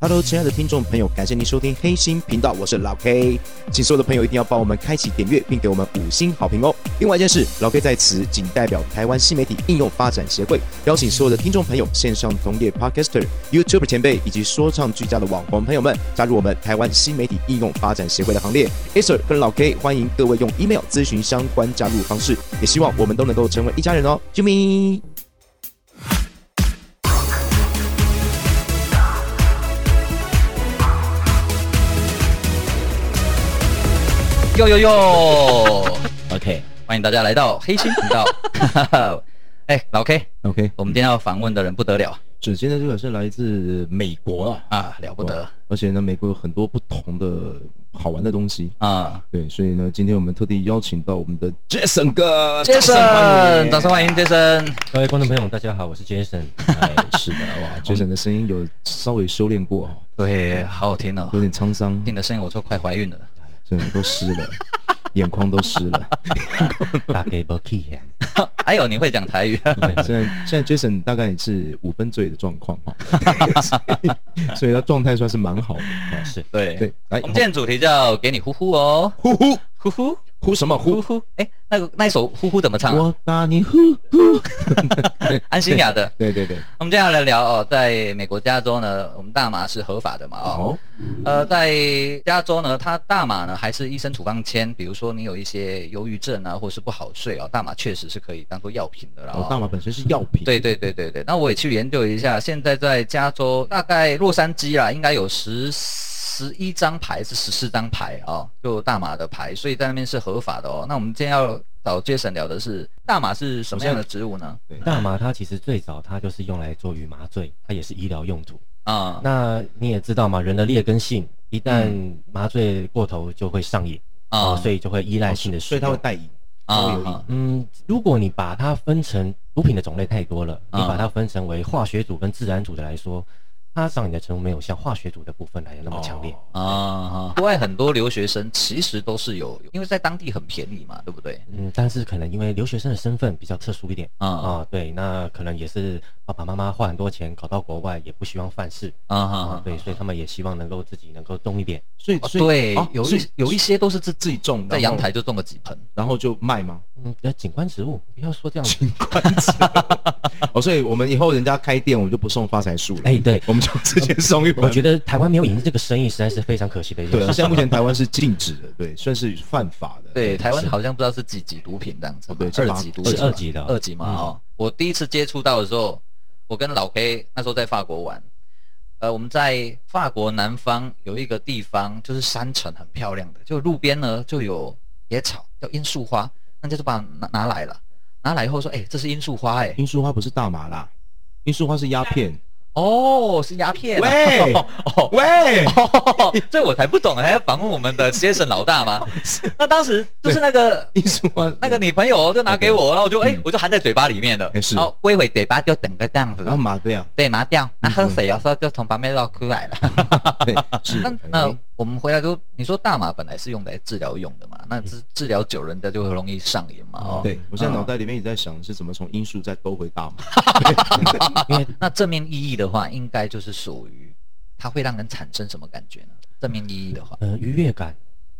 Hello，亲爱的听众朋友，感谢您收听黑心频道，我是老 K。请所有的朋友一定要帮我们开启点阅，并给我们五星好评哦。另外一件事，老 K 在此仅代表台湾新媒体应用发展协会，邀请所有的听众朋友、线上同业 Podcaster、YouTuber 前辈以及说唱俱佳的网红朋友们，加入我们台湾新媒体应用发展协会的行列。a s e r 跟老 K 欢迎各位用 email 咨询相关加入方式，也希望我们都能够成为一家人哦。Jimmy。哟哟哟 OK 欢迎大家来到黑心频道。 哎、老 K， OK，我们今天要访问的人不得了首先呢，这个是来自美国啊，啊，了不得而且呢，美国有很多不同的好玩的东西。啊对，所以呢，今天我们特地邀请到我们的 Jason 哥！Jason，掌声欢迎 Jason。各位观众朋友，大家好，我是 Jason。哎， 是的，哇， j a s o n 的声音有稍微修炼过，哦，对，好好听哦，有点沧桑，听的声音我都快怀孕了。真的都湿了， 眼眶都湿了。大给 b o k y 哎呦，你会讲台语？现在现在 Jason 大概也是五分醉的状况哈， 所以他状态算是蛮好的。哦是 对哎对，来我们今天的主题叫“给你呼呼”哦，呼呼呼呼呼什么呼呼？呼。哎、那个那一首“呼呼”怎么唱啊、我把你呼呼。安心雅的。对对对，我们接下来聊哦，在美国加州呢，我们大麻是合法的嘛？哦，好，呃，在加州呢，它大麻呢还是医生处方签，比如说你有一些忧郁症啊，或是不好睡啊，大麻确实是可以当做药品的啦、哦，大麻本身是药品。对对对对对，那我也去研究一下，现在在加州大概洛杉矶啦，应该有十十一张牌是十四张牌啊、哦，就大麻的牌，所以在那边是合法的哦。那我们今天要找 Jason 聊的是大麻是什么样的植物呢？大麻它其实最早它就是用来做于麻醉，它也是医疗用途。啊、那你也知道嘛，人的劣根性一旦嗯麻醉过头就会上瘾啊、啊，所以就会依赖性的哦所使以它会用。带瘾。啊会有啊嗯，如果你把它分成毒品的种类太多了，你啊把它分成为化学组跟自然组的来说，它上瘾的程度没有像化学组的部分来的那么强烈。哦啊啊！国外很多留学生其实都是有，因为在当地很便宜嘛，对不对？嗯，但是可能因为留学生的身份比较特殊一点啊啊、对，那可能也是爸爸妈妈花很多钱搞到国外，也不希望犯事啊啊啊、啊对，所以他们也希望能够自己能够动一点，所以哦所以对哦，有所以一有一些都是自自己种在然阳后台就种了几盆，然后就卖吗？嗯，呃，景观植物，不要说这样子，哦，所以我们以后人家开店，我们就不送发财树了。哎，对，我们就直接送一我本。觉得台湾没有引进这个生意，实在是非常可惜的一件对，啊事。现在目前台湾是禁止的，对，算是犯法的。对，台湾好像不知道是几级毒品这样子嘛，哦对二是吧级毒是品吧，二级的二级嘛嗯哦。我第一次接触到的时候，我跟老 K 那时候在法国玩，呃，我们在法国南方有一个地方，就是山城很漂亮的，就路边呢就有野草叫罂粟花，那就把它拿拿来了，拿来以后说，哎、这是罂粟花、哎，罂粟花不是大麻啦，罂粟花是鸦片。哦，是鸦片、啊，喂 哦，喂，哦，这我才不懂，还要访问我们的先生老 大吗？那当时就是那个罂粟花那个，女朋友就拿给我，然后我就哎、我就含在嘴巴里面了，嗯哎是然后微微嘴巴就整个这样子然，后麻对啊，对，拿掉，那喝水有时候就从旁边绕出来了。 对，是哎那。那我们回来就你说大麻本来是用来治疗用的嘛，那治治疗久了人家就会容易上瘾嘛，哦，嗯对，我现在脑袋里面一直在想是怎么从罂粟再兜回大麻。啊 那正面意义的话，应该就是属于它会让人产生什么感觉呢？正面意义的话，呃，愉悦感、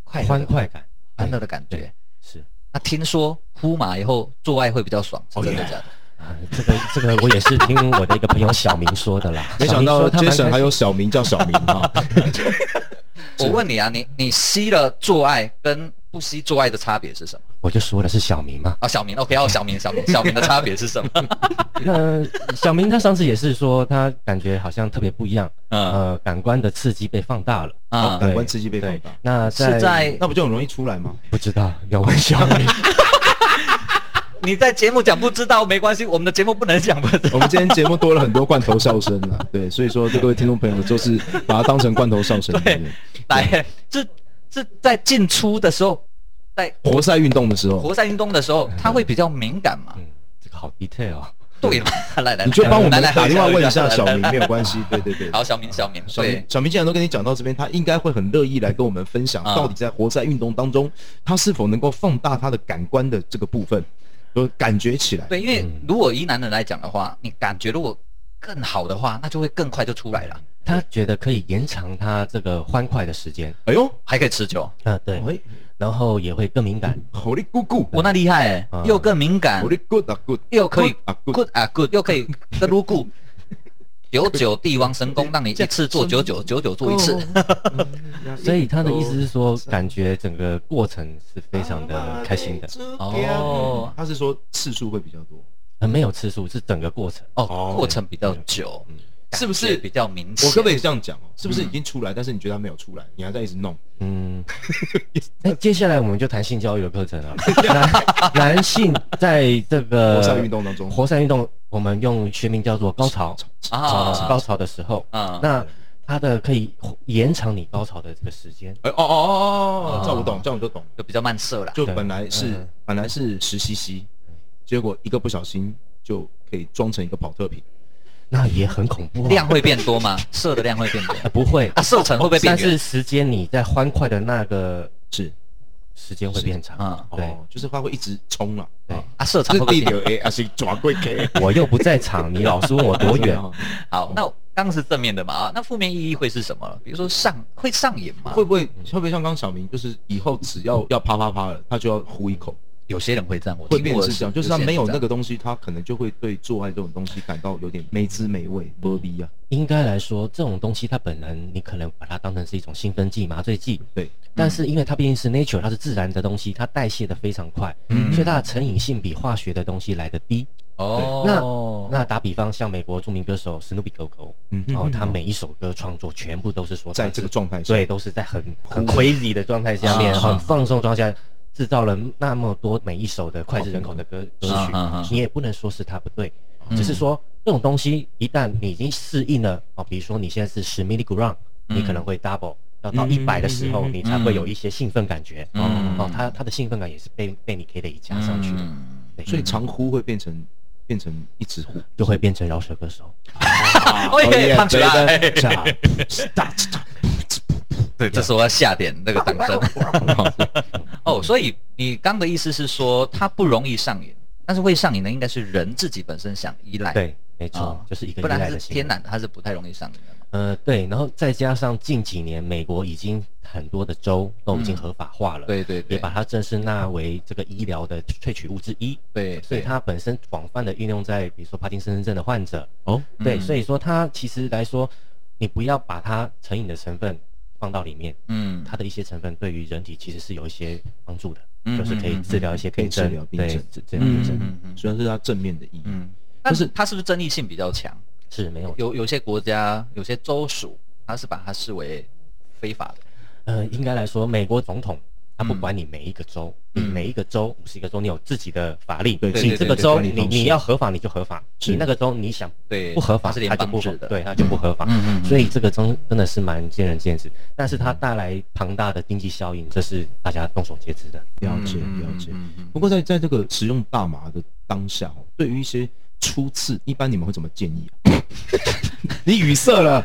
快乐欢的快感欢乐的感觉对。是那听说呼麻以后做爱会比较爽，是哦真的假的？啊，这个这个我也是听我的一个朋友小明说的啦。没想小到明说他蛮开心 Jason 还有小明叫小明 哈，我问你啊，你你吸了做爱跟不吸做爱的差别是什么？我就说了是小明嘛。啊，小明，OK，哦，小明，小明，小明的差别是什么？ 那小明他上次也是说，他感觉好像特别不一样，嗯呃，感官的刺激被放大了。啊感官刺激被放对大，，那在是在那不就很容易出来吗？不知道要问小明。你在节目讲不知道没关系，我们的节目不能讲不知道。我们今天节目多了很多罐头笑声了，对，所以说各位听众朋友就是把它当成罐头笑声，对对来，是是在进出的时候，在活塞运动的时候，活塞运动的时候，它会比较敏感嘛？ 嗯，这个好 detail 哦。对嘛？来来，嗯你就来帮我们来来打电话问一下来来小明，来没有 关系，对对对。好，小明，小明，小明对，小明既然都跟你讲到这边，他应该会很乐意来跟我们分享，啊到底在活塞运动当中，他是否能够放大他的感官的这个部分，就感觉起来。对，因为如果以男人来讲的话，你感觉如果更好的话，那就会更快就出来了，他觉得可以延长他这个欢快的时间。哎呦，还可以持久。啊，对，哎，然后也会更敏感。好哩咕咕，我那厉害、欸，嗯又更敏感好，哩 good 啊 good，又可以啊 good， good 啊 good，又可以跟如故。九九帝王神功，让你一次做九九，九九做一次。 所以他的意思是说，感觉整个过程是非常的开心的，哦他是说次数会比较多。呃，没有次数，是整个过程。哦，过程比较久，感是不是觉比较明显？我可不可以这样讲哦？是不是已经出来，但是你觉得他没有出来，你还在一直弄？ 嗯，那接下来我们就谈性教育的课程 啊。男男性在这个活塞运动当中活塞运动我们用学名叫做高潮啊？高潮的时候，嗯那它的可以延长你高潮的这个时间。哎哦哦哦哦，这样我懂，这样我就懂了。就比较慢射啦。就啊对本来是嗯本来是十 CC，结果一个不小心就可以装成一个跑特瓶。那也很恐怖、啊。量会变多吗？射的量会变多呃不会啊？，射程会不会变但远？是时间你在欢快的那个是，时间会变长。嗯对哦，就是它会一直冲啊。对，啊，射程这会不会地变流远？ A 还是抓 贵 K？我又不在场，你老是问我 多啊哦远？好，那刚刚是正面的嘛啊？那负面意义会是什么？比如说上会上瘾吗？会不会会不会像刚刚小明，就是以后只要要啪啪啪了，他就要呼一口，有些人会这样，我会听变过成的是这样，就是他啊些人没有这那样个东西，他可能就会对做爱这种东西感到有点没滋没味、不逼啊。应该来说，这种东西它本能，你可能把它当成是一种兴奋剂、麻醉嗯剂，对，但是因为它毕竟是 nature，它是自然的东西，它代谢的非常快，嗯所以它的成瘾性比化学的东西来的低。哦，那打比方，像美国著名歌手史努比狗狗，嗯然后他每一首歌创作全部都是说在他是这个状态下，对，都是在很很 crazy 的状态下面，啊很放松的状态下，制造了那么多每一首的脍炙人口的歌歌啊啊嗯啊曲，你也不能说是它不对，只是说这种东西一旦你已经适应了哦，比如说你现在是十 milligram，你嗯可能会 double。要到一百的时候，你才会有一些兴奋感觉。嗯哦，它它的兴奋感也是被被你给累加上去的，嗯对所以长呼会变成变成一直呼。就会变成饶舌歌手。哦耶，胖起来， 炸对，这时候要下点那个党针。哦，所以你刚的意思是说，它不容易上瘾，但是会上瘾的应该是人自己本身想依赖。对，没错，哦就是一个依不然赖它的是心理天然的，它是不太容易上瘾的嘛。呃，对，然后再加上近几年美国已经很多的州都已经合法化了，嗯对对对也把它正式纳为这个医疗的萃取物之一，对，所以它本身广泛的运用在比如说帕金森症的患者，哦，对，嗯所以说它其实来说，你不要把它成瘾的成分放到里面，嗯，它的一些成分对于人体其实是有一些帮助的，嗯就是可以治疗一些可以病治症，疗病对症，治治疗病症、嗯嗯虽然是它正面的意义，嗯，但是它是不是争议性比较强？是没有有有些国家、有些州属，它是把它视为非法的。呃，应该来说，美国总统他不嗯管你每一个州，嗯你每一个州五十个州，你有自己的法令，对对你这个对州管理你方式你要合法你就合法，是你那个州你想对，不合法，它是他联就邦不合制的。对，他就不合法。嗯嗯所以这个真真的是蛮见仁见智，但是它带来庞大的经济效应，这是大家众所皆知的。了解嗯了解。不过在在这个使用大麻的当下哦，对于一些初次，一般你们会怎么建议啊？ 你语塞了，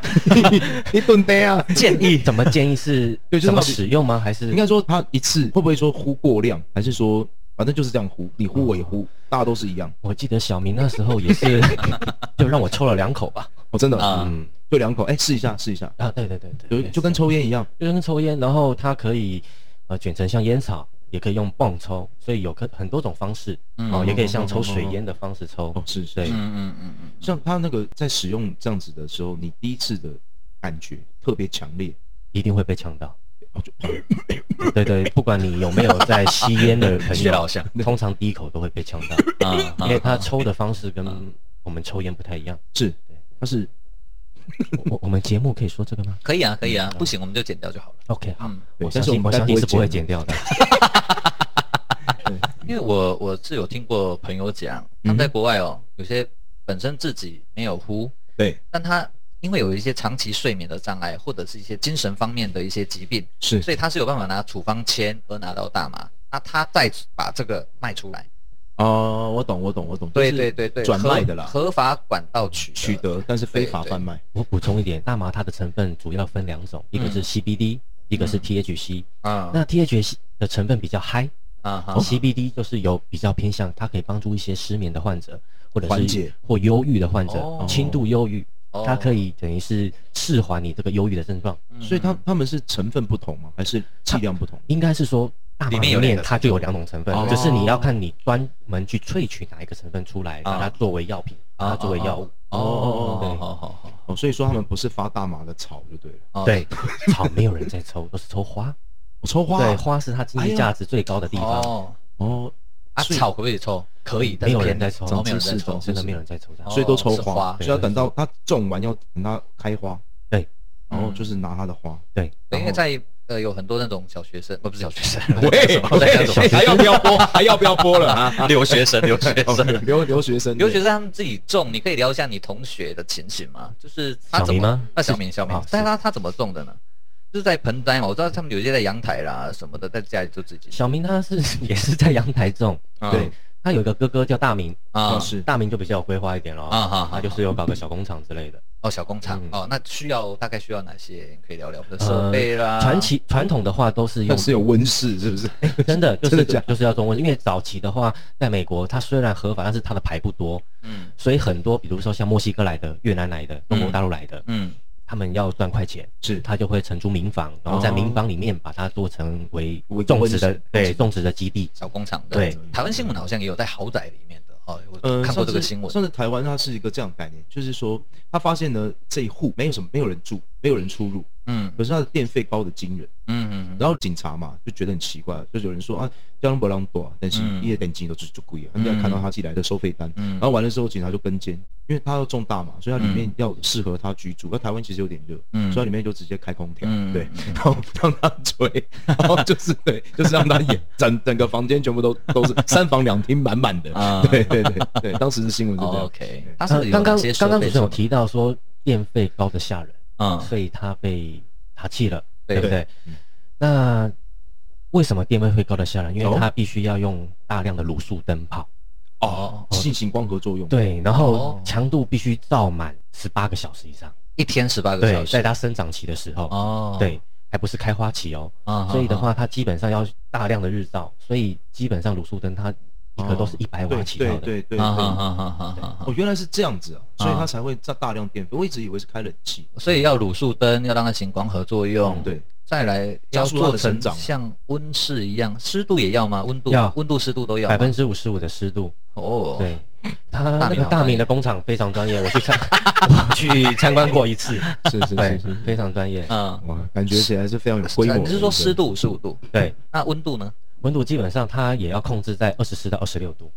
你蹲呆啊？建议怎么建议是对就是怎么到底使用吗？还是应该说他一次会不会说呼过量，还是说反正就是这样呼，你呼我也呼，大家都是一样。我记得小明那时候也是， 就让我抽了两口吧。哦，真的，啊嗯，就两口，哎，试一下试一下，啊，对对对对，就对就跟抽烟一样，就跟抽烟，然后它可以呃卷成像烟草，也可以用泵抽，所以有可很多种方式嗯哦，也可以像抽水烟的方式抽哦，。是是对是。嗯嗯嗯嗯嗯，像他那个在使用这样子的时候，你第一次的感觉特别强烈，一定会被呛到。哦就对对，不管你有没有在吸烟的 朋谢老友乡，通常第一口都会被呛到， 啊啊因为它抽的方式跟我们抽烟不太一样。是，他是我我们节目可以说这个吗可以啊，可以啊，不行我们就剪掉就好了。 ？OK，好嗯，对我但相是我信们我相信是不会应该剪掉的。因为我我是有听过朋友讲，他们在国外哦，有些本身自己没有呼，对，但他因为有一些长期睡眠的障碍，或者是一些精神方面的一些疾病，是所以他是有办法拿处方签而拿到大麻，那他再把这个卖出来。哦，我懂，我懂，我懂，对就是对对对，转卖的啦，合合法管道取取得，但是非法贩卖。我补充一点，大麻它的成分主要分两种，一个是 CBD，一个是嗯 THC。啊那 THC 的成分比较嗨，啊哈哦 CBD 就是有比较偏向，它可以帮助一些失眠的患者，或者缓是解或忧郁的患者哦，轻度忧郁，哦它可以等于是释缓你这个忧郁的症状。嗯所以它它们是成分不同吗？还是剂量不同？应该是说大麻里面里有两面个它就有两种成分哦，只是你要看你专门去萃取哪一个成分出来，把啊它作为药品，把它作为药物。哦哦哦，对好好好，哦，所以说他们不是发大麻的草就对了，哦对，草没有人在抽，都是抽花。我哦抽花对，花是它经济价值最高的地方，哎哦，哦，啊，所以草可不可以抽？可以，但是没有偏人在的抽哦，没有人长在知识抽长，真的没有人在抽这哦样。所以都抽是花花，所以要等到它种完要等它开花，对，然后嗯就是拿它的花，对，对然因为后在呃有很多那种小学生，呃不是 小学生， 喂我在讲什么还要不要播？还要不要播了啊？ 哦留学生，留 学生。留留学生，留学生他们自己种，你可以聊一下你同学的情形吗？就是他小怎明么吗？那小明，小明啊，但是他他怎么种的呢？就是在盆栽嘛，我知道他们有些在阳台啦什么的，在家里就自己小明他是 也是在阳台种，啊对他有一个哥哥叫大明，啊啊是大明就比较有规划一点啊咯，哈他哈，就是有搞个小工厂之类的。哦小工厂嗯哦，那需要大概需要哪些？可以聊聊，比如呃设备啦，传奇传统的话都是 那用是有温室是不是？真的就真的是假的就是要中文，因为早期的话，在美国它虽然合法，但是它的牌不多，嗯所以很多比如说像墨西哥来的、越南来的、中国大陆来的，嗯他们要赚快钱，是他就会承租民房，然后在民房里面把它做成为为种植温的室对种植的基地。小工厂的。对，台湾新闻好像也有在豪宅里面的哦，我呃，看过这个上次新闻。上次台湾它是一个这样的概念，就是说他发现呢这一户没有什么没有人住，没有人出入，嗯可是他的电费高的惊人。嗯嗯嗯然后警察嘛就觉得很奇怪，就有人说啊，交通不让多，但是嗯一些等级都是就贵啊，他们要看到他寄来的收费单。嗯然后完了之后，警察就跟监，因为他要种大麻，所以他里面要适合他居住。那台湾其实有点热，嗯所以他里面就直接开空调，嗯对嗯，然后让他吹，然后就是对，就是让他演，整整个房间全部都都是三房两厅满满 的啊。对对对对，当时的新闻是这哦样。 ，OK，对他是不是呃刚有哪刚刚些刚设刚备主持人什有么提到说电费高的吓人，嗯所以他被他气了，对对不对？那为什么电费会高的吓人？因哦为它必须要用大量的卤素灯泡，哦，进行光合作用。对，然哦后强度必须照满十八个小时以上，一天十八个对小，时在它生长期的时候，哦，对，还不是开花期哦，啊，所以的话，它基本上要大量的日照，所以基本上卤素灯它一个都是一百对瓦起跳对的，对对啊啊对。啊啊啊啊哦，原来是这样子啊，所以啊它才会在大量电费。我一直以为是开冷气，所以要卤素灯，要让它行光合作嗯用，，对，再来加要速它做的成生长像温室一样，湿度也要吗？温度要温度湿度都要吗，百分之五十五的湿度，哦，对。它那大明个好大专业明的工厂非常专业，我去参 我去参观过一次，是是对是是，，非常专业。嗯，哇，感觉起来是非常有规模的。你是说湿度五十五度，对，那温度呢？温度基本上它也要控制在二十四到二十六度，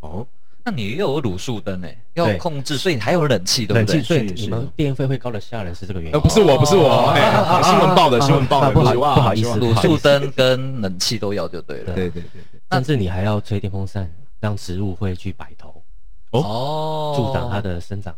哦，那你又有卤素灯哎，要对控制，所以你还有冷气，对冷不对气，？所以是是你们电费会高的吓人是这个原因呃，。不是我，不是我，哦哎啊啊啊新闻报的，啊新闻报的，啊不好是哇不好意思是吧卤素灯跟冷气都要就对了。对对对对，甚至你还要吹电风扇，让植物会去摆头，哦，助长它的生长。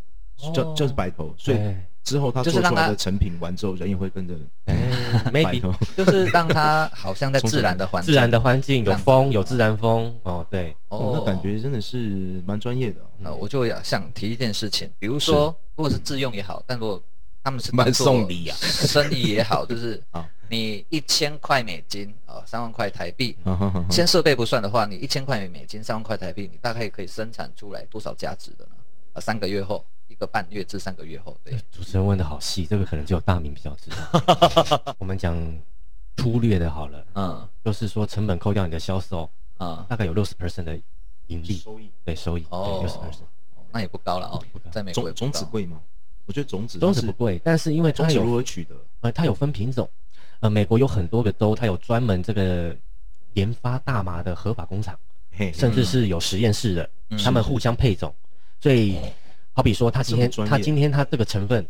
就就是白头，所以对，之后他做出来的成品完之后，人也会跟着哎白，maybe 头。就是让它好像在自然的环境， 自然的环境这有样子风，有自然风。哦，对，哦，那感觉真的是蛮专业的哦，呃，我就要想提一件事情，比如说，如果是自用也好，但如果他们是蛮当做送礼啊生意也好，就是啊你一千块美金啊，三万块台币，哈哈哈哈先设备不算的话，你一千块美金，三万块台币，你大概可以生产出来多少价值的呢？啊，三个月后，一个半月至三个月后，对，主持人问的好细，这个可能只有大明比较知道。 我们讲粗略的好了，嗯就是说成本扣掉你的销售，嗯，大概有六十 percent 的盈利，收益对收益，对哦六十 percent。那也不高了哦不高，在美国也种种不子高贵吗？我觉得种子种子它不是，贵，但是因为种它子有如何取得？呃，它有分品种，呃，美国有很多个州，它有专门这个研发大麻的合法工厂，嘿，甚至是有实验室的，嗯他们互相配种，所以好比说，它今天哦这么专业嗯它今天它这个成分，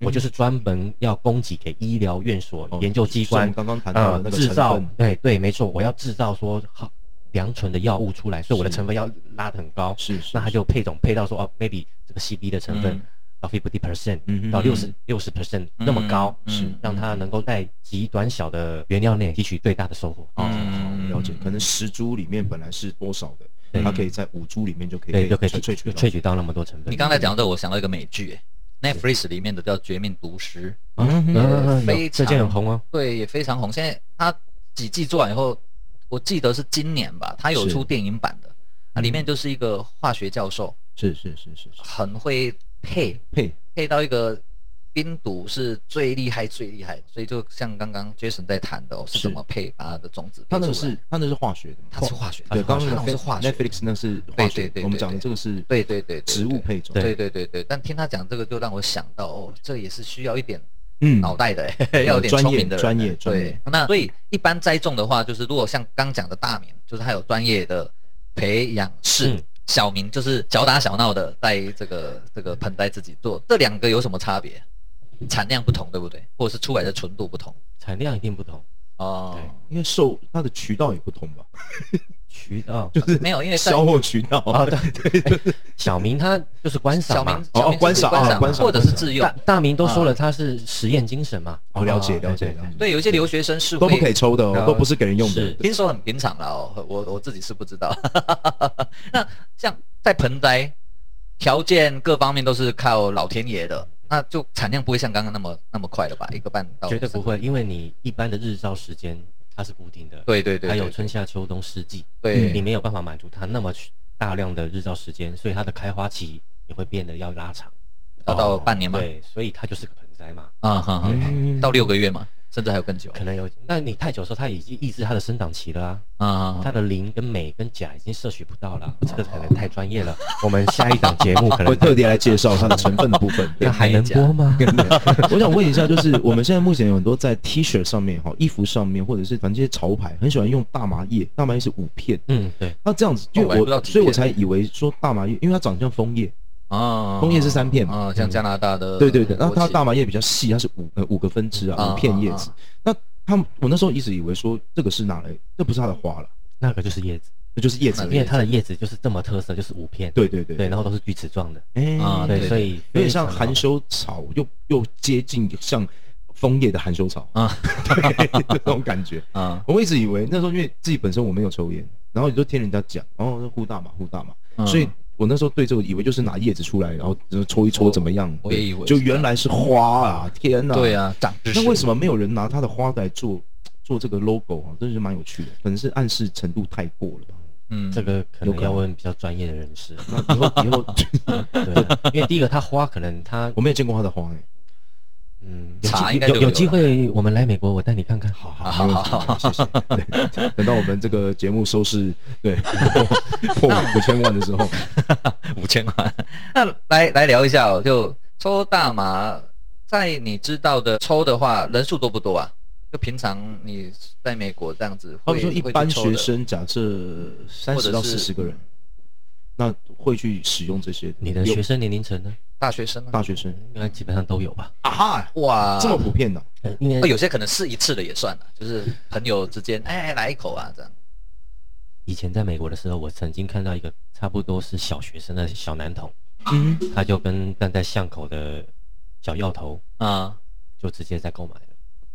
我就是专门要供给给医疗院所、哦研究机就是我们关，刚刚谈到的呃那，个制成造分，对对，没错，我要制造说好良醇的药物出来，所以我的是成分要拉得很高，是是，那它就配种配到说哦，maybe 这个 CB 的成分嗯到 fifty percent 嗯哼到六十六十 percent 嗯那么高，嗯是嗯让它能够在极短小的原料内汲取最大的收获。哦，好嗯了解，可能十株里面本来是多少的，对它可以在五株里面就可以对，就可以萃萃萃取取到萃取到那么多成分。你刚才讲到这，我想到一个美剧、哎 Netflix 里面的叫《绝命毒师》，嗯嗯，嗯嗯非有这常件很红哦。对，也非常红。现在它几季做完以后，我记得是今年吧，它有是嗯出电影版的，啊，里面就是一个化学教授，是是是是是，很会配，嘿，配到一个冰毒是最厉害最厉害的，所以就像刚刚 Jason 在谈的、哦，是是怎么配把它的种子配他那个出来是他那是化学的嘛，哦它是化学的，对，刚刚它那那个种是化学的 Netflix 那是化学对对的，对我们对讲的这个是对对对对植物配种，对对对对，但听他讲这个，就让我想到哦，这也是需要一点嗯，脑袋的、 要有点专聪业明的人专业欸专业对，那所以一般栽种的话，就是如果像刚讲的大名，就是它有专业的培养室；嗯小民就是小打小闹的在这个这个盆栽自己做。这两个有什么差别？产量不同，对不对？嗯或者是出来的纯度不同？产量一定不同，哦，因为受它的渠道也不 同吧，渠道就是没有因为在销货渠道啊，对对，小明他就是观小赏民嘛，哦小民观赏观哦观赏或者是自用大。大明都说了他是实验精神嘛，啊哦，了解啊了解对了解，对，有一些留学生是都不可会以抽的哦，呃都不是给人用的是，听说很平常啦哦，我我自己是不知道。 那像在盆栽，条件各方面都是靠老天爷的，那就产量不会像刚刚那么那么快了吧？一个半到绝对不三个。会，因为你一般的日照时间它是固定的，对对对，它对有春夏秋冬四季，对你没有办法满足它那么大量的日照时间，所以它的开花期也会变得要拉长。哦要到半年嘛，对，所以它就是个盆栽嘛，啊哈哈，嗯到六个月嘛，甚至还有更久。可能有，那你太久的时候，它已经抑制它的生长期了啊，啊，它的磷跟镁跟钾已经摄取不到了啊，这个可能太专业了，我们下一档节目可会 能特地来介绍它的成分的部分。那还能播吗？ 我想问一下，就是 我们现在目前有很多在 T 恤上面哈、衣服上面，或者是反正这些潮牌，很喜欢用大麻叶，大麻叶是五片。嗯，对，那这样子，因哦我还为不知道我几片所以我才以为说大麻叶，因为它长得像枫叶，啊，枫叶是三片嘛嗯啊，像加拿大的，对对对。那它大国麻叶比较细，它是五呃五个分支啊啊，五片叶子。那他们我那时候一直以为说这个是拿来，这不是它的花了，那个就是叶子，这就是叶子而那个已。因为它的叶子就是这么特色，就是五片，对对对对，然后都是锯齿状的，哎啊对对，所以有点像非常好含羞草，又又接近像枫叶的含羞草啊啊， 对这种感觉。际啊，我一直以为那时候因为自己本身我没有抽烟，然后你就听人家讲，然后就呼大麻呼大麻，嗯所以我那时候对这个以为就是拿叶子出来，然后就是抽一抽我怎么样？我也对以为就是这样原来是花啊！天哪！对，啊，长知识。那为什么没有人拿它的花来做做这个 logo 啊？真是蛮有趣的，可能是暗示程度太过了吧。嗯，这个可有能可能要问比较专业的人士，那以后以后 对，因为第一个它花可能它我没有见过它的花哎、嗯，有茶机应该有就有有机了会我们来美国，我带你看看。好好好，没问题好好谢谢。对，等到我们这个节目收视对破破五千万的时候，五千万。那来来聊一下哦，就抽大麻，在你知道的抽的话，人数多不多啊？就平常你在美国这样子他会，们会说一去般抽学的生假设三或者十到是四十个人，那会去使用这些你的有学生年龄层呢？大学生啊，大学生应该基本上都有吧？啊哈，哇，这么普遍的、呃因那为有些可能试一次的也算了，就是朋友之间，哎，来一口啊，这样。以前在美国的时候，我曾经看到一个差不多是小学生的小男童，嗯，他就跟站在巷口的小药头啊、就直接在购买了。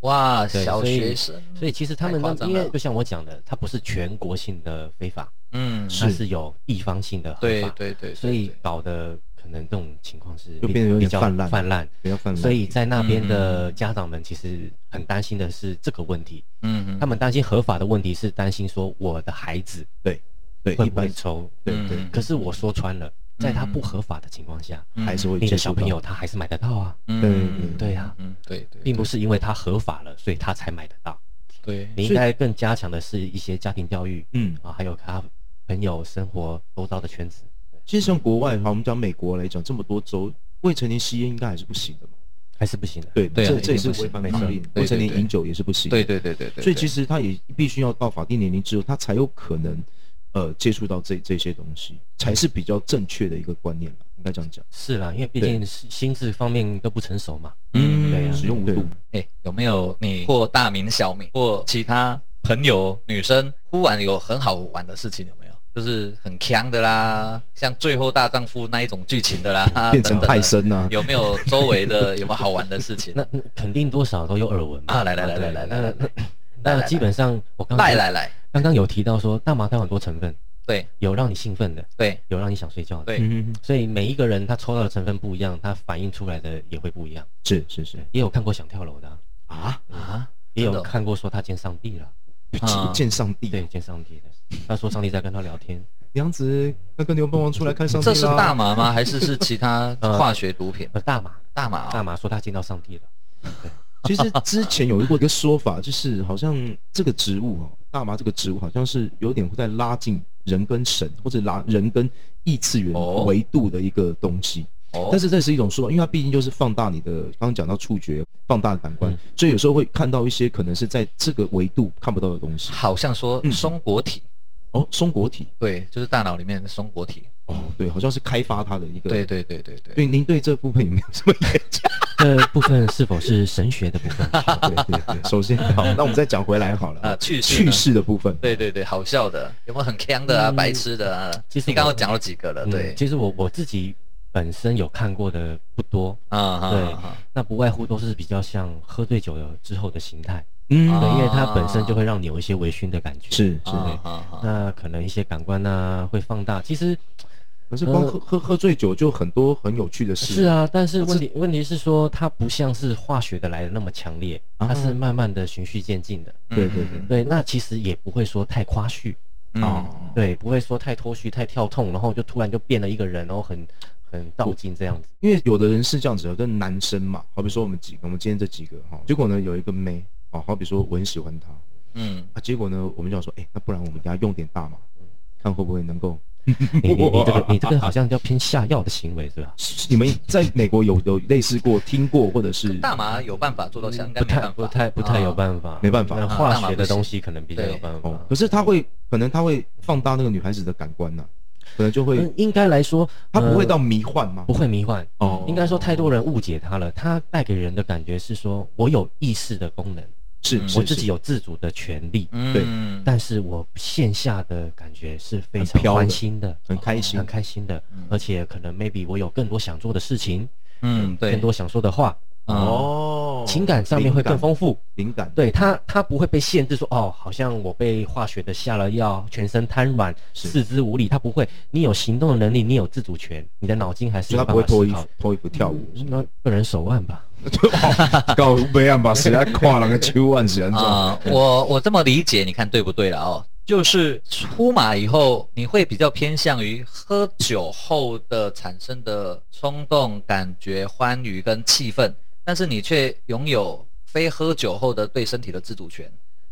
哇，对小所以学生，所以其实他们太那夸张因了为就像我讲的，它不是全国性的非法，嗯，它是有地方性的合对法，对对对，所以对搞的可能这种情况是就变得有点比较泛滥泛滥。不要犯法。所以在那边的家长们其实很担心的是这个问题，嗯，他们担心合法的问题是担心说我的孩子对会一不般会抽，对嗯对嗯可是我说穿了，在他不合法的情况下，嗯还是会你接的触小到朋友他还是买得到啊，嗯对嗯对啊嗯，对对，并不是因为他合法了，所以他才买得到。对，你应该更加强的是一些家庭教育嗯，啊，还有他朋友生活周遭的圈子。其实像国外哈，我们讲美国来讲，这么多州未成年吸烟应该还是不行的嘛。还是不行的，对，对啊这这也一定是不行违反没法错律对。对未成年对饮酒也是不行。对对对对对，所以其对实他也必须要到法定年龄之后，他才有可能呃接触到这这些东西，才是比较正确的一个观念吧，应该这样讲。是啦，因为毕对竟是心智方面都不成熟嘛。嗯对啊使用无度对。哎、有没有你或大明、小明或其他朋友女生，忽然有很好玩的事情有没有？就是很强的啦，像《最后大丈夫》那一种剧情的啦， 变成等等的泰森啊有没有周围的有没有好玩的事情？ 那那肯定多少都有耳闻嘛啊来来来来对来那来来来那来基本上我刚刚来来来，刚刚有提到说大麻它有很多成分，对有让你兴奋的，对有让你想睡觉的。对嗯，所以每一个人他抽到的成分不一样，他反映出来的也会不一样。是是是也有看过想跳楼的啊、啊，啊，真也有的哦看过说他见上帝了，啊见上帝对，见上帝的。他说上帝在跟他聊天，娘子要跟牛魔王出来看上帝这是啦大麻吗？还是是其他呃化学毒品？呃，大麻，大麻、大哦，麻说他见到上帝了，其实之前有过一个说法，就是好像这个植物哦，大麻这个植物好像是有点会在拉近人跟神或者拉人跟异次元哦维度的一个东西。哦但是这是一种说法，因为它毕竟就是放大你的，刚刚讲到触觉，放大感官，所以有时候会看到一些可能是在这个维度看不到的东西。好像说嗯松果体，哦，松果体，对，就是大脑里面的松果体。哦，对，好像是开发它的一个。对对对对对。对，您对这部分有没有什么研究？这部分是否是神学的部分？对对对，首先好，那我们再讲回来好了啊趣事趣呢事的部分，对对对，好笑的，有没有很坑的啊？嗯白痴的啊？其实你刚刚我讲了几个了， 对嗯，其实我我自己本身有看过的不多，啊啊对啊啊那不外乎都是比较像喝醉酒了之后的形态，嗯啊对，因为它本身就会让你有一些微醺的感觉，是，是。啊啊啊！那可能一些感官呐、会放大，其实可是光呃喝喝喝醉酒就很多很有趣的事。是，啊，但是问题问题是说它不像是化学的来的那么强烈，啊它是慢慢的循序渐进的，嗯对对对，对，那其实也不会说太夸虚，嗯哦，对，不会说太脱序、太跳痛，然后就突然就变了一个人，然后很很倒进这样 子，因为有的人是这样子的，跟男生嘛，好比说我们几个，我们今天这几个哈，结果呢有一个妹哦，好比说我很喜欢她嗯，啊，结果呢我们就想说，哎、那不然我们给她用点大麻，看会不会能够。你你你这个你这个好像叫偏下药的行为是吧？你们在美国有有类似过、听过或者是大麻有办法做到像，应该不没太办法，不太不太有法。办法，没办法那啊大麻化不学的行东西可能比较对有办法哦，。可是他会可能他会放大那个女孩子的感官呐、可能就会嗯，应该来说，他不会呃到迷幻吗？不会迷幻。哦应该说太多人误解它了，它带给人的感觉是说我有意识的功能，是嗯是我自己有有自主的权利，嗯，但是我线下的感觉是非很常飘的欢欣的，很开心很，开心的嗯，而且可能 maybe 我有更多想做的事情，嗯，对，更多想说的话，嗯哦，情感上面会更丰富。灵感，对它，它不会被限制说哦，好像我被化学的下了药，全身瘫软，是四肢无力。它不会，你有行动的能力，你有自主权，你的脑筋还是所以有他办不会法脱思衣考服的。脱衣服跳舞。 那个人手腕吧，搞没办法，谁来跨那个秋万是安啊、我我这么理解，你看对不对了哦？就是出马以后，你会比较偏向于喝酒后的产生的冲动、感觉、欢愉跟气氛，但是你却拥有非喝酒后的对身体的自主权，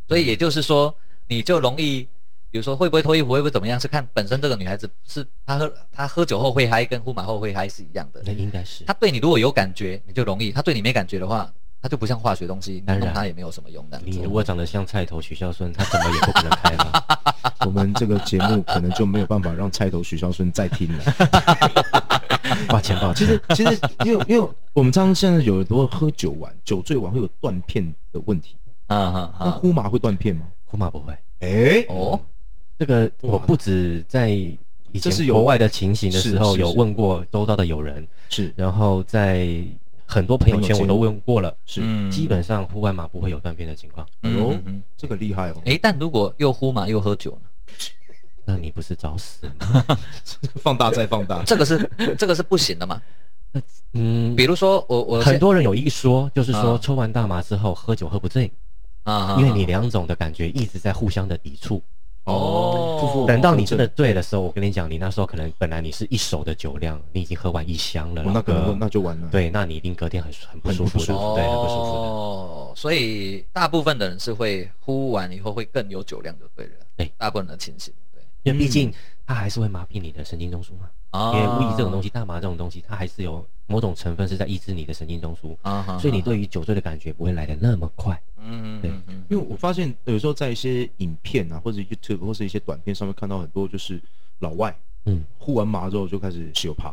所以也就是说，你就容易，比如说会不会脱衣服，会不会怎么样，是看本身这个女孩子是她喝她喝酒后会嗨，跟呼马后会嗨是一样的。那应该是她对你如果有感觉，你就容易；她对你没感觉的话，她就不像化学东西，你当然弄她也没有什么用的。你如果长得像菜头许孝顺，他怎么也不可能开 吧？我们这个节目可能就没有办法让菜头许孝顺再听 了。抱歉抱其歉，实，其实，因为因为我们常常现在有很多喝酒玩、酒醉完会有断片的问题。嗯嗯那嗯，呼麻会断片吗？库玛不会。哎，哦，这个我不止在以这是前有国外的情形的是时候是有是问过周遭的友人，是然后在很多朋友圈我都问过了，是，嗯基本上户外马不会有断片的情况。哦嗯嗯，这个厉害哦，哎，但如果又呼嘛又喝酒呢？那你不是找死吗？ 放大再放大。这 个是这个是不行的嘛？嗯比，如说我我很多人有一说，就是说啊抽完大麻之后喝酒喝不醉，啊，因为你两种的感觉一直在互相的抵触。哦等到你真的醉的时候，我跟你讲，你那时候可能本来你是一手的酒量，你已经喝完一箱了，哦那可能然后会那就完了。，对，那你一定隔天很很不舒服的，哦对，很不舒服的。所以大部分的人是会呼完以后会更有酒量就对了，对大部分的情形对。因为毕竟它还是会麻痹你的神经中枢嘛。啊因为巫医这种东西，大麻这种东西，它还是有某种成分是在抑制你的神经中枢，啊哈，所以你对于酒醉的感觉不会来的那么快。嗯对嗯嗯因为我发现有时候在一些影片啊，或者 YouTube 或是一些短片上面看到很多就是老外嗯，呼完麻之后就开始羞怕，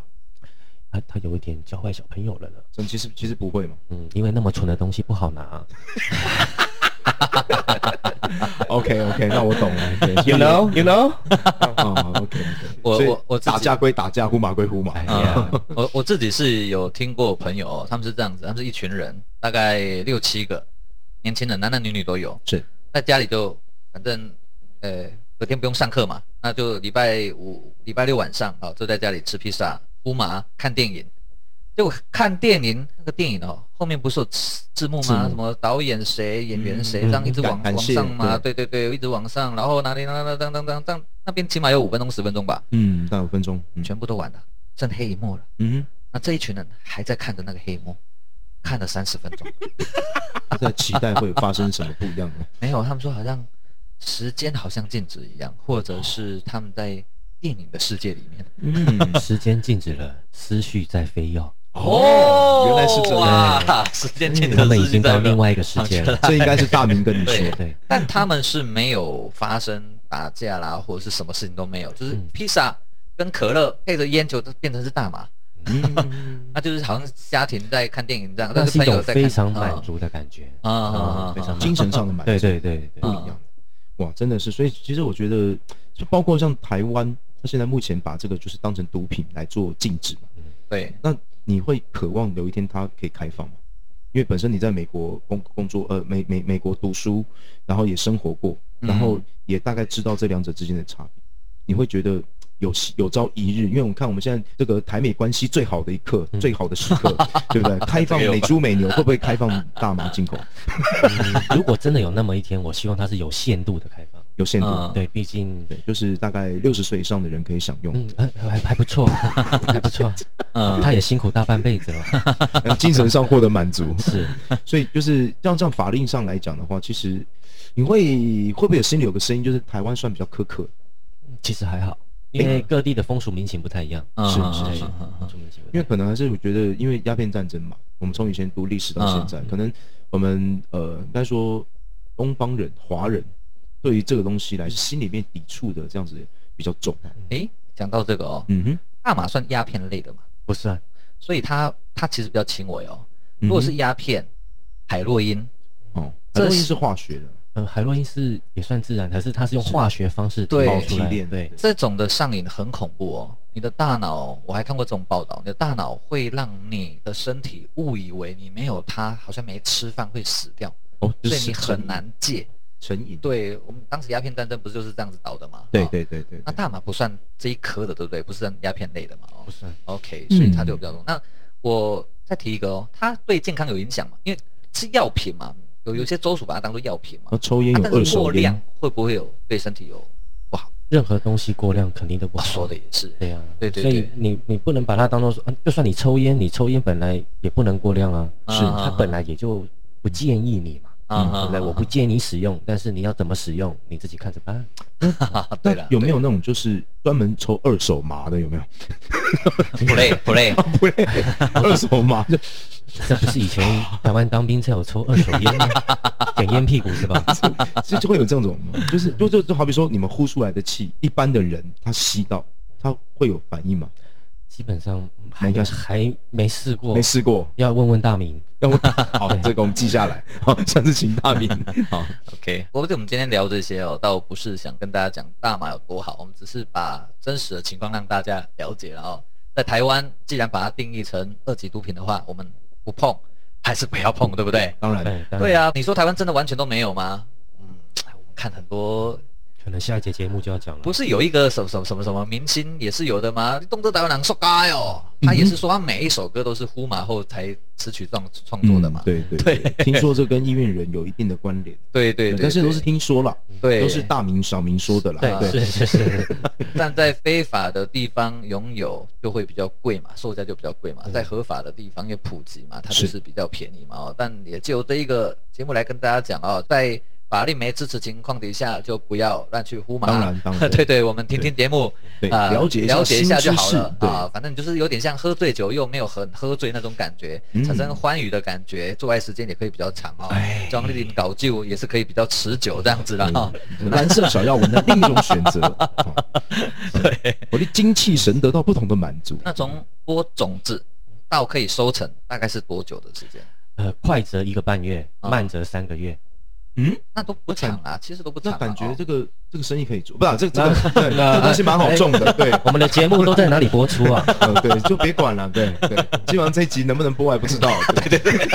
他他有一点教坏小朋友了呢。真其实其实不会 嘛。嗯，因为那么蠢的东西不 好拿。 OK OK，那我懂 了。对 you know。啊 OK，我所以我我自己打架归打架，呼麻归呼麻。哎啊呀，，我我自己是有听过朋友、哦，他们是这样子，他们是一群人，大概六七个年轻人，男男女女都有，是在家里就反正呃隔天不用上课嘛，那就礼拜五、礼拜六晚上啊、哦就在家里吃披萨、呼麻、看电影。结果看电影那个电影哦，后面不是有字字幕字吗？幕什么导演谁、演员谁，嗯这样一直感往感往谢上嘛，对对对，一直往上，然后哪里哪里当当当当当，那边起码有五分钟十分钟吧，嗯，大概五分钟，嗯全部都完了，剩黑一幕了。嗯那这一群人还在看着那个黑幕，看了三十分钟，哼，在期待会发生什么不一样的。没有，他们说好像时间好像静止一样，或者是他们在电影的世界里面。嗯，时间静止了，思绪在飞 跃，哦原来是这样哇，时间静止他的们已事情经在到另外一个世界了。这应该是大明跟你说对的。 对，但他们是没有发生打架啦，或者是什么事情都没有，就是嗯披萨跟可乐配着烟酒，都变成是大麻，嗯，那就是好像家庭在看电影这样，那但是一朋友种在看嗯哦非常满足的感觉。啊啊啊嗯，非常啊满精神上的满足。对对对 对不，一样。哇，真的是，所以其实我觉得，就包括像台湾，它现在目前把这个就是当成毒品来做禁止嘛。对，那你会渴望有一天它可以开放吗？因为本身你在美国工工作，呃，美美美国读书，然后也生活过，嗯然后也大概知道这两者之间的差别。你会觉得有希有朝一日，因为我们看我们现在这个台美关系最好的一刻，嗯最好的时 刻，对不对？开放美猪美牛，会不会开放大麻进口？嗯如果真的有那么一天，我希望它是有限度的开放。有限度。嗯对，毕竟对，就是大概六十岁以上的人可以享用。嗯，还还还不错，还不错。 嗯他也辛苦大半辈子了。 呃精神上获得满足。是，所以就是像这样法令上来讲的话，其实你会会不会有心里有个声音，就是台湾算比较苛刻，其实还好，因为各地的风俗民情不太一样。嗯是嗯是嗯对是嗯嗯风俗民情不因太一为样。可能还是我觉得，因为鸦片战争嘛，我们从以前读历史到现在，嗯可能我们呃应该说东方人华人对于这个东西来是心里面抵触的这样子比较重。嗯诶，讲到这个哦，嗯哼，大麻算鸦片类的嘛，不是啊，所以它它其实比较轻微哦。嗯哼如果是鸦片、海洛因，哦，这这是东西是化学的，呃，海洛因是也算自然，可是它是用化学方式对爆出来提炼的。对，这种的上瘾很恐怖哦。你的大脑，我还看过这种报道，你的大脑会让你的身体误以为你没有它，好像没吃饭会死掉，哦，就所以是你很成难戒。成瘾。对我们当时鸦片战争不是就是这样子倒的吗？对哦。对对对，那大麻不算这一科的，对不对？不是鸦片类的嘛？哦不，是啊。 OK，嗯所以它就比较重。那我再提一个哦，它对健康有影响嘛？因为是药品嘛，有有些州属把它当做药品然嘛后。哦抽烟啊有但二是过手量烟，会不会有对身体有不好？任何东西过量肯定都不我好。说的也是，哎对啊，对对所以对你你不能把它当做说，啊就算你抽烟，你抽烟本来也不能过量啊，是啊它本来也就不建议你嘛，啊对不对？啊我不建议你使用，但是你要怎么使用，你自己看着办。啊对那了，有没有那种就是专门抽二手麻的？有没 有？ play play 不对，二手麻就这不是以前台湾当兵才有抽二手 烟吗？点烟屁股是吧？就就会有这种，就是就就就好比说你们呼出来的气，一般的人他吸到他会有反应吗？基本上那还应该是还没试哦过没，试过，要问问大明。要我好，这个我们记下来，好，下次请大明。好， OK。不过我们今天聊这些哦，倒不是想跟大家讲大麻有多好，我们只是把真实的情况让大家了解了哦。在台湾，既然把它定义成二级毒品的话，我们不碰，还是不要碰，对不对？当然，对，哎当然对，啊，你说台湾真的完全都没有吗？嗯，我们看很多，可能下一节节目就要讲了。不是有一个什么什么什么什么明星也是有的吗？动作台湾人说该哦，嗯他也是说他每一首歌都是呼麻后才词曲创创作的嘛。嗯对对对，听说这跟音乐人有一定的关联，嗯对对对，但是都是对听说啦，对都是大明小明说的啦，对啊对是是是，但在非法的地方拥有就会比较贵嘛，售价就比较贵嘛。在合法的地方也普及嘛，它就是是比较便宜嘛。哦，但也借由这一个节目来跟大家讲哦，在法律没支持情况底下，就不要乱去呼麻。当然当然 对对，我们听听节目，对啊，了解一下了解一下就好新知了识对啊。反正就是有点像喝醉酒又没有很喝醉那种感觉，嗯产生欢愉的感觉，做爱时间也可以比较长哦。哎张丽玲搞酒也是可以比较持久这样子嗯啦。哦蓝色小药丸的另一种选择，好对。我的精气神得到不同的满足。那从播种子到可以收成，大概是多久的时间？呃，快则一个半月，啊慢则三个月。嗯，那都不长啊，其实都不长那啊、感觉哦这个这个生意可以做，不是啊这这个对这东西蛮好种的，对。我们的节目都在哪里播出啊？ 呃，对，就别管了，对对，基本上这一集能不能播还不知道，对对对，